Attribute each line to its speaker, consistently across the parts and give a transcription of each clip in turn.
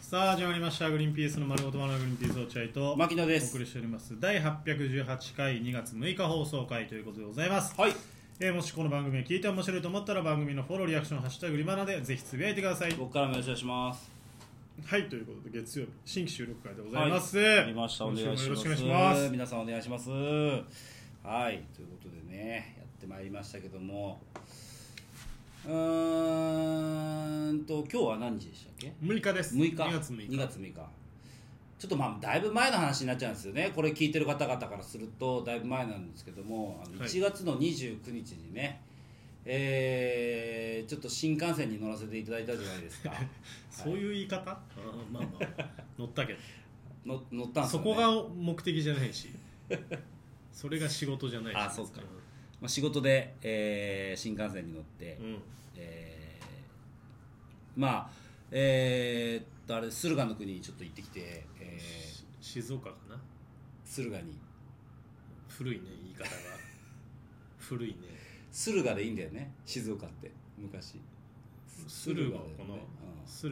Speaker 1: さあ始まりました「グリーンピースの丸ごと丸のグリーンピース落合」と
Speaker 2: 牧野です
Speaker 1: お送りしております第818回2月6日放送回ということでございます、
Speaker 2: はい
Speaker 1: えーもしこの番組を聞いて面白いと思ったら番組のフォローリアクション「ハッシュタグリバナ」でぜひつぶやいてください
Speaker 2: 僕からもよろしくお願いします
Speaker 1: はいということで月曜日新規収録会でございます、
Speaker 2: はい、ありましたお
Speaker 1: 今
Speaker 2: 願い
Speaker 1: 週
Speaker 2: し
Speaker 1: も
Speaker 2: ます
Speaker 1: よろしくお願いします
Speaker 2: 皆さんお願いしますはいということでねやってまいりましたけどもうーんと今日は何日でしたっけ
Speaker 1: 6日です
Speaker 2: 6日
Speaker 1: 2月6日
Speaker 2: 2月6日ちょっとまあだいぶ前の話になっちゃうんですよねこれ聞いてる方々からするとだいぶ前なんですけどもあの
Speaker 1: はい
Speaker 2: 1月の29日にね、えーちょっと新幹線に乗らせていただいたじゃな いですか
Speaker 1: そういう言い方、あーまあまあ乗った けど
Speaker 2: の乗ったんです
Speaker 1: そ
Speaker 2: よ、ね、
Speaker 1: こが目的じゃないしそれが仕事じゃないし
Speaker 2: あそうかまあ、仕事で、えー新幹線に乗って、
Speaker 1: うん
Speaker 2: えーまあえーっとあれ駿河の国にちょっと行ってきて、えー
Speaker 1: し静岡かな
Speaker 2: 駿河に
Speaker 1: 古いね言い 方が古いね
Speaker 2: 駿河でいいんだよね静岡って昔
Speaker 1: 駿河かな駿
Speaker 2: 駿河だよねうん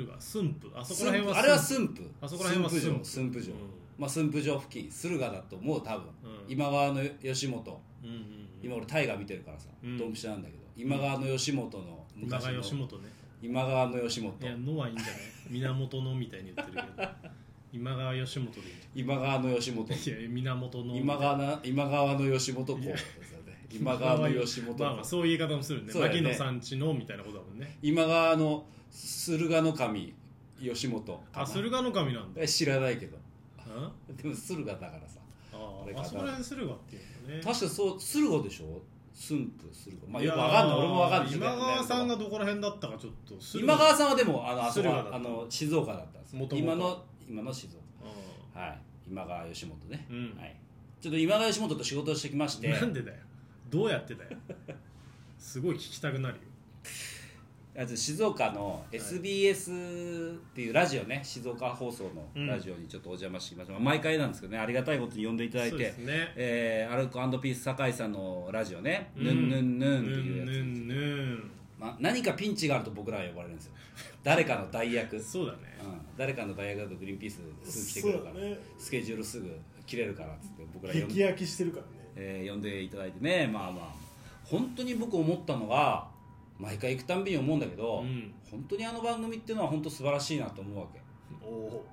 Speaker 1: 河駿府あそこら辺
Speaker 2: 駿
Speaker 1: は
Speaker 2: 府あれは駿府
Speaker 1: あそこら辺は駿府
Speaker 2: 駿府城駿府城、
Speaker 1: うん
Speaker 2: まあ、駿府城付近駿河だと思う多分、
Speaker 1: うん
Speaker 2: 今川の吉本
Speaker 1: うんうんうん
Speaker 2: 今俺大河見てるからさ、
Speaker 1: うん
Speaker 2: ドンピシャなんだけど今川の吉本の
Speaker 1: 今
Speaker 2: 昔の
Speaker 1: 川吉本ね
Speaker 2: 今川の吉本
Speaker 1: いや「の」はいいんじゃない源のみたいに言ってるけど今川吉本でいいんじ
Speaker 2: 今川の吉本
Speaker 1: ゃないい や源の
Speaker 2: 今川な今川の吉本校
Speaker 1: いや
Speaker 2: 今川の吉本
Speaker 1: まあまあそういう言い方もするね
Speaker 2: そうだよ
Speaker 1: 牧
Speaker 2: ね
Speaker 1: 野さんちのみたいなことだもんね
Speaker 2: 今川の駿河の神吉本かな
Speaker 1: あ駿河の神なんだ
Speaker 2: え知らないけど
Speaker 1: あ
Speaker 2: でも駿河だからさ
Speaker 1: あ
Speaker 2: あ
Speaker 1: ー
Speaker 2: れか
Speaker 1: あ
Speaker 2: な
Speaker 1: そこら辺駿河っていうんだね
Speaker 2: 確かそう駿河でしょ駿府駿河まあ
Speaker 1: い
Speaker 2: よ
Speaker 1: や
Speaker 2: く
Speaker 1: ー
Speaker 2: わかんない俺もわかんない
Speaker 1: 今川さんが
Speaker 2: ちょっ
Speaker 1: どこら辺だったかちょっと
Speaker 2: と
Speaker 1: 駿
Speaker 2: 今
Speaker 1: 河
Speaker 2: 川さんはでもあのあそこ
Speaker 1: 駿河
Speaker 2: は
Speaker 1: だ
Speaker 2: あ
Speaker 1: った
Speaker 2: の静岡だったんです
Speaker 1: 元々
Speaker 2: 今の今の静岡はい今川吉本ね、
Speaker 1: うん
Speaker 2: はいちょっと今川吉本と仕事をしてきまし
Speaker 1: うん
Speaker 2: て
Speaker 1: なんでだよどうやってだよすごい聞きたくなるよ
Speaker 2: あと静岡の SBS っていうラジオね静岡放送
Speaker 1: うん
Speaker 2: のラジオにちょっとお邪魔してきました、まあ毎回なんですけどねありがたいことに呼んでいただい
Speaker 1: そう
Speaker 2: て
Speaker 1: です、ね
Speaker 2: えー、アルコピース酒井さんのラジオね「
Speaker 1: うん
Speaker 2: ぬんぬんぬん」って
Speaker 1: ぬ
Speaker 2: い
Speaker 1: ん
Speaker 2: うやつ、
Speaker 1: ぬんぬん
Speaker 2: まあ、何かピンチがあると僕らは呼ばれるんですよ 誰かの代役、うん、
Speaker 1: そうだね
Speaker 2: 誰かの代役だとグリーンピースすぐ来てくれるから、
Speaker 3: そうだね
Speaker 2: スケジュールすぐ切れるからっつって僕ら呼ん
Speaker 3: 激
Speaker 2: で,、
Speaker 3: 焼きしてるからね
Speaker 2: えー呼んでいただいてねまあまあ本当に僕思ったのが毎回行くたんびに思うんだけど、
Speaker 1: うん
Speaker 2: 本当にあの番組っていうのは本当素晴らしいなと思うわけ、
Speaker 1: おお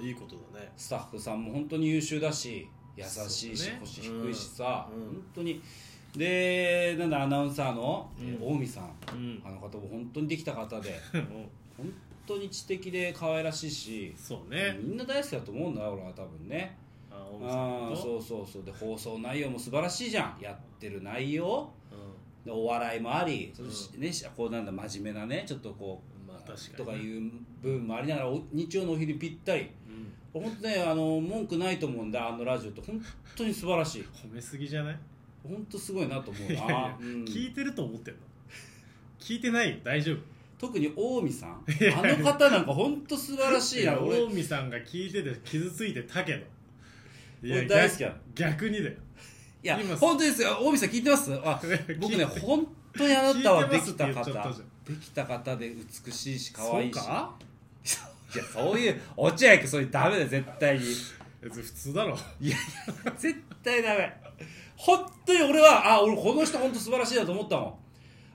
Speaker 2: うん、
Speaker 1: ーいいことだね
Speaker 2: スタッフさんも本当に優秀だし優し
Speaker 1: そ
Speaker 2: い
Speaker 1: う
Speaker 2: し、
Speaker 1: だね
Speaker 2: 腰低いしさ、
Speaker 1: うんうん
Speaker 2: 本当にでなんだアナウンサーの
Speaker 1: うん
Speaker 2: えー近江さん、
Speaker 1: うん
Speaker 2: あの方も本当にできた方で本当に知的で可愛らしいし、
Speaker 1: そうね
Speaker 2: みんな大好きだと思うんだよ俺は多分ね
Speaker 1: あ大野さ
Speaker 2: あ
Speaker 1: ん
Speaker 2: ー
Speaker 1: と
Speaker 2: そうそうそうで放送内容も素晴らしいじゃんやってる内容
Speaker 1: う
Speaker 2: でお笑いもあり、そしてね、こうなんだ真面目なねちょっとこう、
Speaker 1: まあ確かに
Speaker 2: とかいう部分もありながらお日曜のお昼ぴったり
Speaker 1: んうん
Speaker 2: 本当ねあの文句ないと思うんだあのラジオって本当に素晴らしい
Speaker 1: 褒めすぎじゃない
Speaker 2: 本当すごいなと思うない
Speaker 1: やいや
Speaker 2: うん
Speaker 1: 聞いてると思ってんの聞いてないよ大丈夫
Speaker 2: 特に近江さんあの方なんか本当素晴らしい
Speaker 1: い
Speaker 2: な
Speaker 1: や
Speaker 2: 俺
Speaker 1: 近江さんが聞いてて傷ついてたけどいや
Speaker 2: 俺大好きなの
Speaker 1: 逆逆にだよ
Speaker 2: いや
Speaker 1: 今
Speaker 2: 本当ですよ近江さん聞いてますあ僕
Speaker 1: 聞
Speaker 2: ね
Speaker 1: いて
Speaker 2: 本当にあなたは
Speaker 1: 聞
Speaker 2: で
Speaker 1: い
Speaker 2: き
Speaker 1: て
Speaker 2: た
Speaker 1: ます
Speaker 2: 方
Speaker 1: って言っちゃったじ
Speaker 2: できた方で美しいし可愛いし
Speaker 1: そうか
Speaker 2: いやそういう落合君そういうダメだよ絶対に
Speaker 1: 別に普通だ ろ
Speaker 2: いやいや絶対ダメ本当に俺はあ俺この人本当素晴らしいなと思ったもん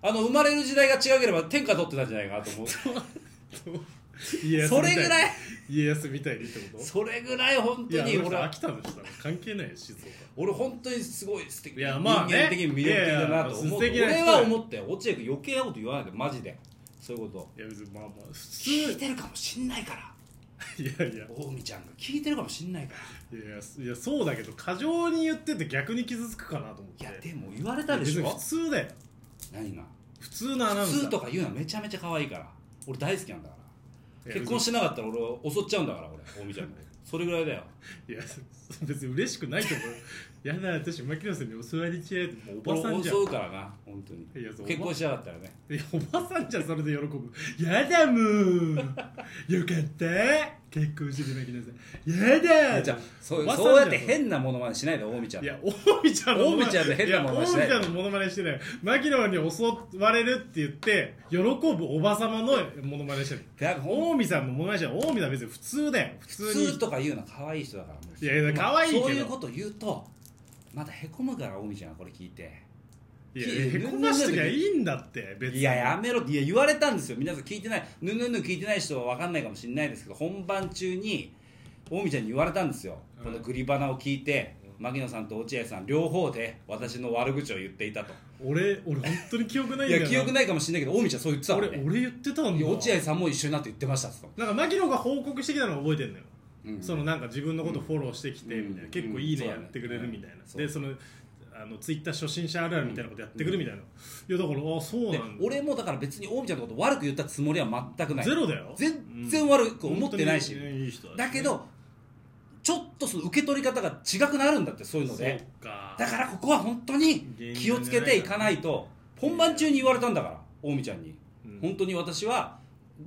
Speaker 2: あの生まれる時代が違ければ天下取ってたんじゃないかなと思う
Speaker 1: 家康
Speaker 2: そ
Speaker 1: みた
Speaker 2: れぐらい
Speaker 1: 家康みたいにってこと
Speaker 2: それぐらい本
Speaker 1: い
Speaker 2: 当
Speaker 1: や
Speaker 2: に
Speaker 1: 俺
Speaker 2: 俺は
Speaker 1: 秋田の人だから関係ないよ静岡
Speaker 2: 俺本当にすごい素敵
Speaker 1: いやまあね
Speaker 2: 人間的に魅力的だなと思う
Speaker 1: いやいや素敵な
Speaker 2: 俺
Speaker 1: 人
Speaker 2: は思ったよ落合君余計なこと言わないでマジでそういうこと
Speaker 1: いや別にまあまあ普通
Speaker 2: 聞いてるかもしんないから
Speaker 1: いやいや
Speaker 2: 近江ちゃんが聞いてるかもしんないから
Speaker 1: いやいやそうだけど過剰に言ってて逆に傷つくかなと思って
Speaker 2: いやでも言われたでし
Speaker 1: いや別
Speaker 2: ょ
Speaker 1: に普通だよ
Speaker 2: 何が
Speaker 1: 普通のアナウンサー
Speaker 2: 普通とか言うのはめちゃめちゃ可愛いから俺大好きなんだから結婚
Speaker 1: し
Speaker 2: してなかったら俺襲っちゃうんだから俺近江ちゃんのことそれぐらいだよ
Speaker 1: いや別に嬉しくないと思うやだ私牧野さんに襲われちゃうお
Speaker 2: お
Speaker 1: ばさんじゃん
Speaker 2: 襲うからな本当に
Speaker 1: いやそう
Speaker 2: 結婚しやがったらね
Speaker 1: いやおばさんじゃんそれで喜ぶやだもんよかった結婚してて牧野さんや
Speaker 2: い
Speaker 1: だ
Speaker 2: やじゃあそう
Speaker 1: おばさん
Speaker 2: そうやって
Speaker 1: じゃん
Speaker 2: 変なものまねしないで近江ちゃん
Speaker 1: い
Speaker 2: の
Speaker 1: や、大見ちゃんのモノマネ。
Speaker 2: 大見ちゃんの変なモノマネ
Speaker 1: い
Speaker 2: しな
Speaker 1: や大見
Speaker 2: い
Speaker 1: ちゃんのモノマネしてない。牧野に襲われるって言って、喜ぶおばさまのモノマネしてる。
Speaker 2: だからほん
Speaker 1: 大見さんのモノマネしてる。大見さんは別に普通だよ。普
Speaker 2: 普
Speaker 1: 通に。
Speaker 2: 通とか言うの可愛い人だからもう
Speaker 1: いやいや
Speaker 2: まあ
Speaker 1: 可愛いけど
Speaker 2: そういうこと言うとまだへこむから近江ちゃんはこれ聞いて
Speaker 1: いや、へこましときゃいいんだって、別に。
Speaker 2: いややめろっていや言われたんですよ皆さん聞いてないぬぬぬ聞いてない人は分かんないかもしれないですけど本番中に近江ちゃんに言われたんですよ、
Speaker 1: うん
Speaker 2: このグリバナを聞いて牧野さんと落合さん両方で私の悪口を言っていたと
Speaker 1: 俺、俺本当に記憶ないん
Speaker 2: い
Speaker 1: だよ
Speaker 2: や記憶
Speaker 1: ない。
Speaker 2: ないかもしれないけど近江ちゃんそう言ってたも
Speaker 1: 俺
Speaker 2: ん、ね
Speaker 1: 俺言ってたん
Speaker 2: い
Speaker 1: だ。
Speaker 2: や落合さんも一緒になって言ってましたっつったもん
Speaker 1: なんか牧野が報告してきたのを覚えてんのよ。
Speaker 2: うん
Speaker 1: そのなんか自分のことフォローしてきてみたいな、
Speaker 2: うん
Speaker 1: 結構いいね
Speaker 2: うん
Speaker 1: やってくれるみたいな、
Speaker 2: そうだね
Speaker 1: でそのあのツイッター初心者あるあるみたいなことやってくるみたいな、いやだからあそう
Speaker 2: で
Speaker 1: なんだ
Speaker 2: 俺もだから別に近江ちゃんのこと悪く言ったつもりは全くない
Speaker 1: ゼロだよ
Speaker 2: 全然悪く思ってないし、
Speaker 1: 本当にいい人だし
Speaker 2: だけどちょっとその受け取り方が違くなるんだってそういう
Speaker 1: そ
Speaker 2: の
Speaker 1: う
Speaker 2: で
Speaker 1: か
Speaker 2: だからここは本当に気をつけていかないと本番中に言われたんだから近江ちゃんに、
Speaker 1: うん
Speaker 2: 本当に私は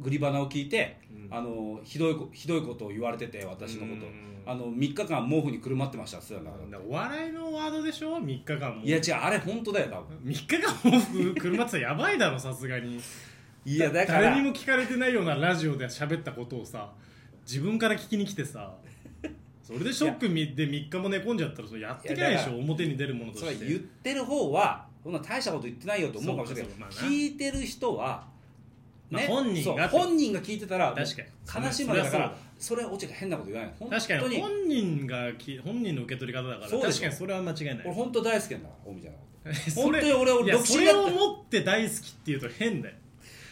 Speaker 2: グリバナを聞いて、
Speaker 1: うん
Speaker 2: あのひどいこひどいことを言われてて私のこと、
Speaker 1: うん
Speaker 2: あの3日間毛布にくるまってましたっつってたんだから、
Speaker 1: だからお笑いのワードでしょ3日間も
Speaker 2: いや違うあれ本当だよ多分
Speaker 1: 3日間も服車ってたらやばいだろさすがに
Speaker 2: いやだから
Speaker 1: 誰にも聞かれてないようなラジオで喋ったことをさ自分から聞きに来てさそれでショックみで3日も寝込んじゃったらそれやってけないでし
Speaker 2: いやだ
Speaker 1: ょ表に出るものと
Speaker 2: それは
Speaker 1: して
Speaker 2: 言ってる方はそんな大したこと言ってないよと思うかもしれないけど、
Speaker 1: そうかそうかまあな
Speaker 2: 聞いてる人は、
Speaker 1: まあ本人が
Speaker 2: そう本人が聞いてたら
Speaker 1: 確かに
Speaker 2: もう悲しいまでだから
Speaker 1: そりゃ
Speaker 2: それは落合が変なこと言わない本当
Speaker 1: 確かに本人がき本人の受け取り方だから
Speaker 2: そうでしょ
Speaker 1: 確かにそれは間違いな
Speaker 2: 俺
Speaker 1: い
Speaker 2: 本当大好きなんだから近江ちゃんのこと
Speaker 1: それ
Speaker 2: 本当に俺俺
Speaker 1: いや
Speaker 2: 独
Speaker 1: そ
Speaker 2: 身
Speaker 1: れ
Speaker 2: だ
Speaker 1: を
Speaker 2: っ
Speaker 1: 持って大好きっていうと変だよ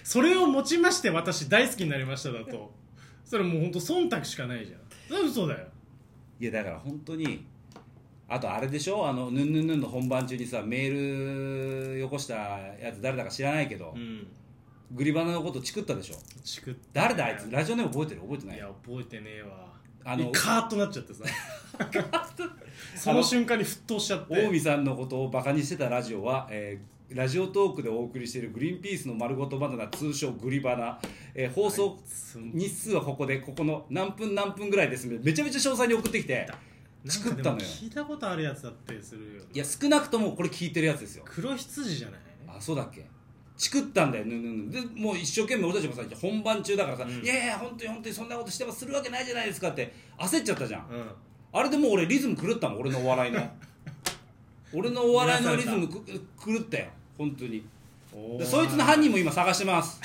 Speaker 1: それを持ちまして私大好きになりましただとそれもう本当忖度しかないじゃんそれは嘘だよ
Speaker 2: いやだから本当にあとあれでしょあのヌンヌンヌンの本番中にさメールよこしたやつ誰だか知らないけど、
Speaker 1: うん
Speaker 2: グリバナのことチクったでしょ
Speaker 1: チクった
Speaker 2: 誰だあいつラジオネーム覚えてる覚えてない
Speaker 1: いや覚えてねえわ
Speaker 2: あの
Speaker 1: カーッとなっちゃってさその瞬間に沸騰しちゃって
Speaker 2: 近江さんのことをバカにしてたラジオは、えーラジオトークでお送りしているグリーンピースの丸ごとバナナ通称グリバナ、えー放送日数はここでここの何分何分ぐらいですねめちゃめちゃ詳細に送ってきて
Speaker 1: なん
Speaker 2: 作
Speaker 1: か
Speaker 2: っ
Speaker 1: で
Speaker 2: た
Speaker 1: も
Speaker 2: のよ
Speaker 1: 聞いたことあるやつだってするよ
Speaker 2: いや少なくともこれ聞いてるやつですよ
Speaker 1: 黒羊じゃない
Speaker 2: あそうだっけチクったんだよぬんぬんぬんでもう一生懸命俺たちもさ本番中だからさ、
Speaker 1: ん
Speaker 2: いやいや本当に本当にそんなことしてもするわけないじゃないですかって焦っちゃったじゃ
Speaker 1: う
Speaker 2: ん
Speaker 1: ん
Speaker 2: あれでもう俺リズム狂ったもん俺のお 笑いの俺のお笑いのリズムく狂ったよ本当に
Speaker 1: お
Speaker 2: で
Speaker 1: ー
Speaker 2: そいつの犯人も今探してます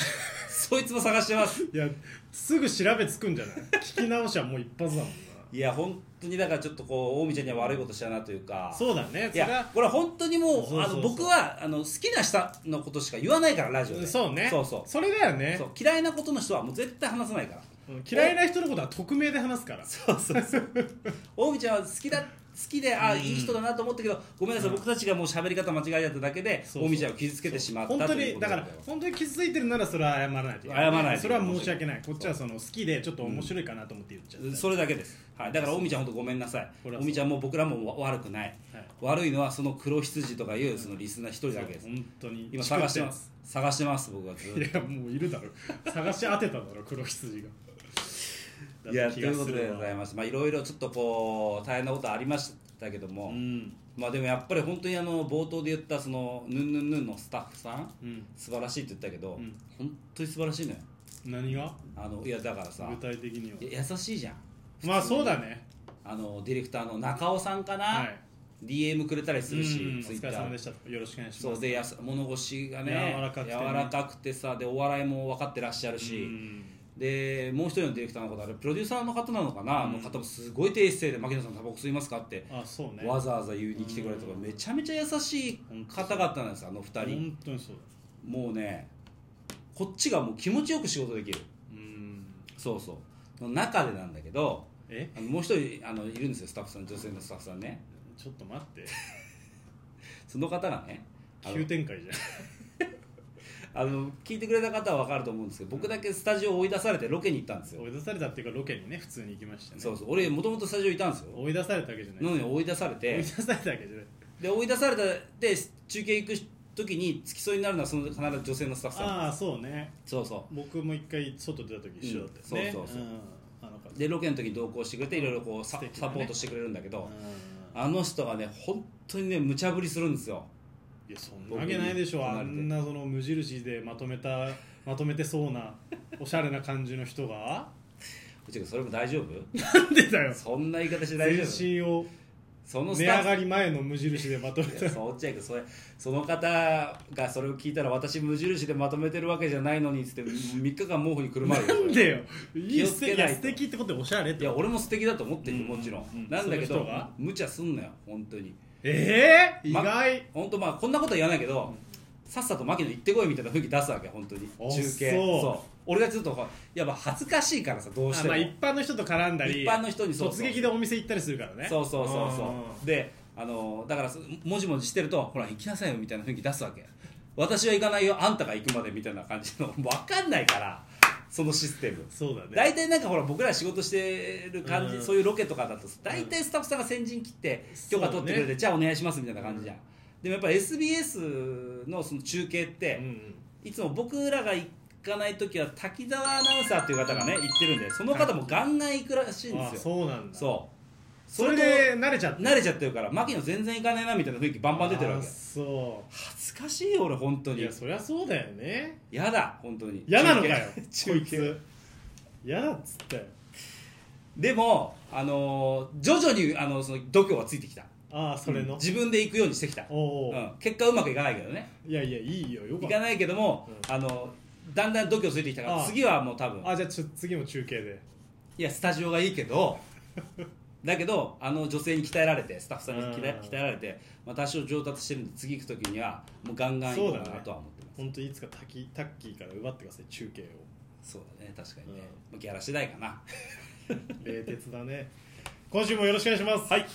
Speaker 2: そいつも探してます
Speaker 1: いやすぐ調べつくんじゃない聞き直しはもう一発だもん
Speaker 2: いや本当にだからちょっとこう近江ちゃんには悪いことしたなというか
Speaker 1: なそうだね
Speaker 2: い
Speaker 1: それ
Speaker 2: や
Speaker 1: は
Speaker 2: これは本当にもう
Speaker 1: そうそうそう
Speaker 2: あの僕はあの好きな人のことしか言わないからラジオで
Speaker 1: そうね
Speaker 2: そうそう
Speaker 1: それだよね
Speaker 2: そう嫌いなことの人はもう絶対話さないから
Speaker 1: うん嫌いな人のことは匿名で話すから
Speaker 2: そうそうそう近江ちゃんは好きだ好きであ、いい人だなと思ったけどごめんなさい、僕たちがもう喋り方間違えちゃっただけで
Speaker 1: そうそう
Speaker 2: 近江ちゃんを傷つけてしまった
Speaker 1: 本当
Speaker 2: という
Speaker 1: に
Speaker 2: こと
Speaker 1: だ
Speaker 2: で
Speaker 1: から本当に傷ついてるならそれは謝らないと
Speaker 2: 謝らないと
Speaker 1: それは申し訳ないこっちはその好きでちょっと面白いかなと思って言っちゃった
Speaker 2: それだけです、はい、だから近江ちゃん本当ごめんなさい
Speaker 1: これは
Speaker 2: 近江ちゃんも僕らもわ悪くない、
Speaker 1: はい
Speaker 2: 悪いのはその黒羊とかいうそのリスナー一人だけです
Speaker 1: 本当に
Speaker 2: 今探してます探してます僕はずっと
Speaker 1: いやもういるだろ探し当てただろ黒羊が
Speaker 2: いやということ
Speaker 1: だっ
Speaker 2: で
Speaker 1: た気がする
Speaker 2: ご
Speaker 1: わ
Speaker 2: ざいますまあいろいろちょっとこう大変なことありましたけども、
Speaker 1: うん
Speaker 2: まあでもやっぱり本当にあの冒頭で言ったそのヌンヌンヌンのスタッフさん
Speaker 1: うん
Speaker 2: 素晴らしいって言ったけど、
Speaker 1: うん
Speaker 2: 本当に素晴らしいのよ
Speaker 1: 何が
Speaker 2: あのいやだからさ
Speaker 1: 具体的にはい
Speaker 2: や優しいじゃん
Speaker 1: まあそうだね
Speaker 2: あのディレクターの中尾さんかな、
Speaker 1: はい
Speaker 2: DM くれたりするし、
Speaker 1: うんお
Speaker 2: ツイッ
Speaker 1: 疲
Speaker 2: タ
Speaker 1: れ様
Speaker 2: ー
Speaker 1: でしたよろしくお願いします
Speaker 2: そうでやさ物腰がね
Speaker 1: 柔らかくてね
Speaker 2: 柔らかくてさでお笑いも分かってらっしゃるし、
Speaker 1: うん
Speaker 2: でもう一人のディレクターの方あれプロデューサーの方なのかな、
Speaker 1: うん
Speaker 2: の方もすごい低姿勢で「牧野さんタバコ吸いますか?」って、
Speaker 1: あそうね
Speaker 2: わざわざ言いに来てくれたとか、めちゃめちゃ優しい方々なんですあの二人、
Speaker 1: 本当にそうだ
Speaker 2: もうねこっちがもう気持ちよく仕事できる
Speaker 1: うん
Speaker 2: そうそうの中でなんだけど
Speaker 1: え
Speaker 2: あのもう一人あのいるんですよスタッフさん女性のスタッフさんね
Speaker 1: ちょっと待って
Speaker 2: その方がねあ の
Speaker 1: 急展開じゃん
Speaker 2: あの聞いてくれた方は分かると思うんですけど僕だけスタジオを追い出されてロケに行ったんですよ、
Speaker 1: 追い出されたっていうかロケにね普通に行きましたね
Speaker 2: そうそう俺もともとスタジオいたんですよ
Speaker 1: 追い出されたわけじゃない
Speaker 2: なのに追い出され
Speaker 1: 追い
Speaker 2: て
Speaker 1: 出されたわけじゃない
Speaker 2: で追い出されたで中継行く時に付き添いになるのはその必ず女性のスタッフさん
Speaker 1: ああそうね
Speaker 2: そうそ
Speaker 1: 僕も一回外出た時一緒だったよね、
Speaker 2: うんそうそうそうん
Speaker 1: あの方
Speaker 2: うでロケの時に同行してくれていろいろこうサ,、
Speaker 1: 素敵だ
Speaker 2: サ
Speaker 1: ね
Speaker 2: ポートしてくれるんだけど、
Speaker 1: うん
Speaker 2: あの人がね本当にね無茶ぶりするんですよ
Speaker 1: いやそんなわけないでしょ
Speaker 2: 僕に
Speaker 1: あんなその無印でまとめ たまとめてそうなおしゃれな感じの人が
Speaker 2: うちがそれも大丈夫
Speaker 1: なんでだよ
Speaker 2: そんな言い方して 大
Speaker 1: 全
Speaker 2: 丈夫
Speaker 1: 身を
Speaker 2: その
Speaker 1: 値
Speaker 2: ス
Speaker 1: 上
Speaker 2: タッフ
Speaker 1: がり前の無印でまとめ
Speaker 2: い
Speaker 1: た
Speaker 2: やそう落合君それその方がそれを聞いたら私無印でまとめてるわけじゃないのにっつって3日間毛布にくるまるよそれ
Speaker 1: なんでよい
Speaker 2: 気
Speaker 1: い
Speaker 2: を
Speaker 1: 素
Speaker 2: つけ
Speaker 1: 敵い
Speaker 2: ないと
Speaker 1: や素敵ってことでおしゃれっ
Speaker 2: い
Speaker 1: て
Speaker 2: や俺も素敵だと思ってるよもちろん、
Speaker 1: うんうん
Speaker 2: なんだけ
Speaker 1: その
Speaker 2: ど
Speaker 1: 人が
Speaker 2: 無茶すんなよ本当に
Speaker 1: ええ意
Speaker 2: ま
Speaker 1: 外、
Speaker 2: 本当まあこんなことは言わないけど、さっさと牧野行ってこいみたいな雰囲気出すわけ本当に
Speaker 1: あ
Speaker 2: 中継
Speaker 1: そう
Speaker 2: 俺がちょっとほらやっぱ恥ずかしいからさどうし
Speaker 1: あ
Speaker 2: て
Speaker 1: ま
Speaker 2: も、
Speaker 1: あ、一般の人と絡んだり
Speaker 2: 一般の人にそうそう
Speaker 1: 突撃でお店行ったりするからね
Speaker 2: そうそうそう
Speaker 1: う
Speaker 2: そうであのだからそもじもじしてるとほら行きなさいよみたいな雰囲気出すわけ私は行かないよあんたが行くまでみたいな感じの 分かんないからそのシステム
Speaker 1: んそうだね
Speaker 2: 大体なんかほら僕ら仕事してる感じ、
Speaker 1: うん
Speaker 2: そういうロケとかだと大体スタッフさんが先陣切って許可取ってくれ
Speaker 1: そう
Speaker 2: て、
Speaker 1: ね
Speaker 2: じゃあお願いしますみたいな感じじゃん、でもやっぱ SBS のその中継って、
Speaker 1: うんうん
Speaker 2: いつも僕らが行かない時は滝沢アナウンサーっていう方がね行ってるんでその方もガンガン行くらしいん
Speaker 1: あ
Speaker 2: ですよ
Speaker 1: そうなんだ
Speaker 2: そう
Speaker 1: それで慣れちゃった
Speaker 2: 慣れちゃってるから牧野全然行かないなみたいな雰囲気バンバン出てるわ
Speaker 1: あ
Speaker 2: け
Speaker 1: そ
Speaker 2: 恥ずかしいよ俺本当
Speaker 1: うい
Speaker 2: に
Speaker 1: やそりゃそうだよね
Speaker 2: やだ本当に
Speaker 1: 嫌なのかよ こ
Speaker 2: 中継
Speaker 1: いつ嫌だっつったよ
Speaker 2: でもあのー徐々にあのその度胸はついてきた
Speaker 1: ああそれの、
Speaker 2: 自分で行くようにしてきた、
Speaker 1: おお、
Speaker 2: うん、結果うまくいかないけどね
Speaker 1: いやいやいいよよか
Speaker 2: い
Speaker 1: っ
Speaker 2: か
Speaker 1: た
Speaker 2: ないけども、
Speaker 1: うん
Speaker 2: あのだんだん度胸ついてきたから
Speaker 1: ああ
Speaker 2: 次はもう多分
Speaker 1: あじゃあちょ次も中継で
Speaker 2: いやスタジオがいい けどだけどあの女性に鍛えられてスタッフさんに鍛え
Speaker 1: うん
Speaker 2: 鍛えられて、まあ、多少上達してるんで次行く時にはもうガンガン行こうか
Speaker 1: そうだ
Speaker 2: な
Speaker 1: ね
Speaker 2: とは思ってます
Speaker 1: 本当にいつかタキタッキーから奪ってください中継を
Speaker 2: そうだね確かにね、
Speaker 1: う
Speaker 2: まあギャラ次第かな
Speaker 1: 冷徹だね今週もよろしくお願いしますはい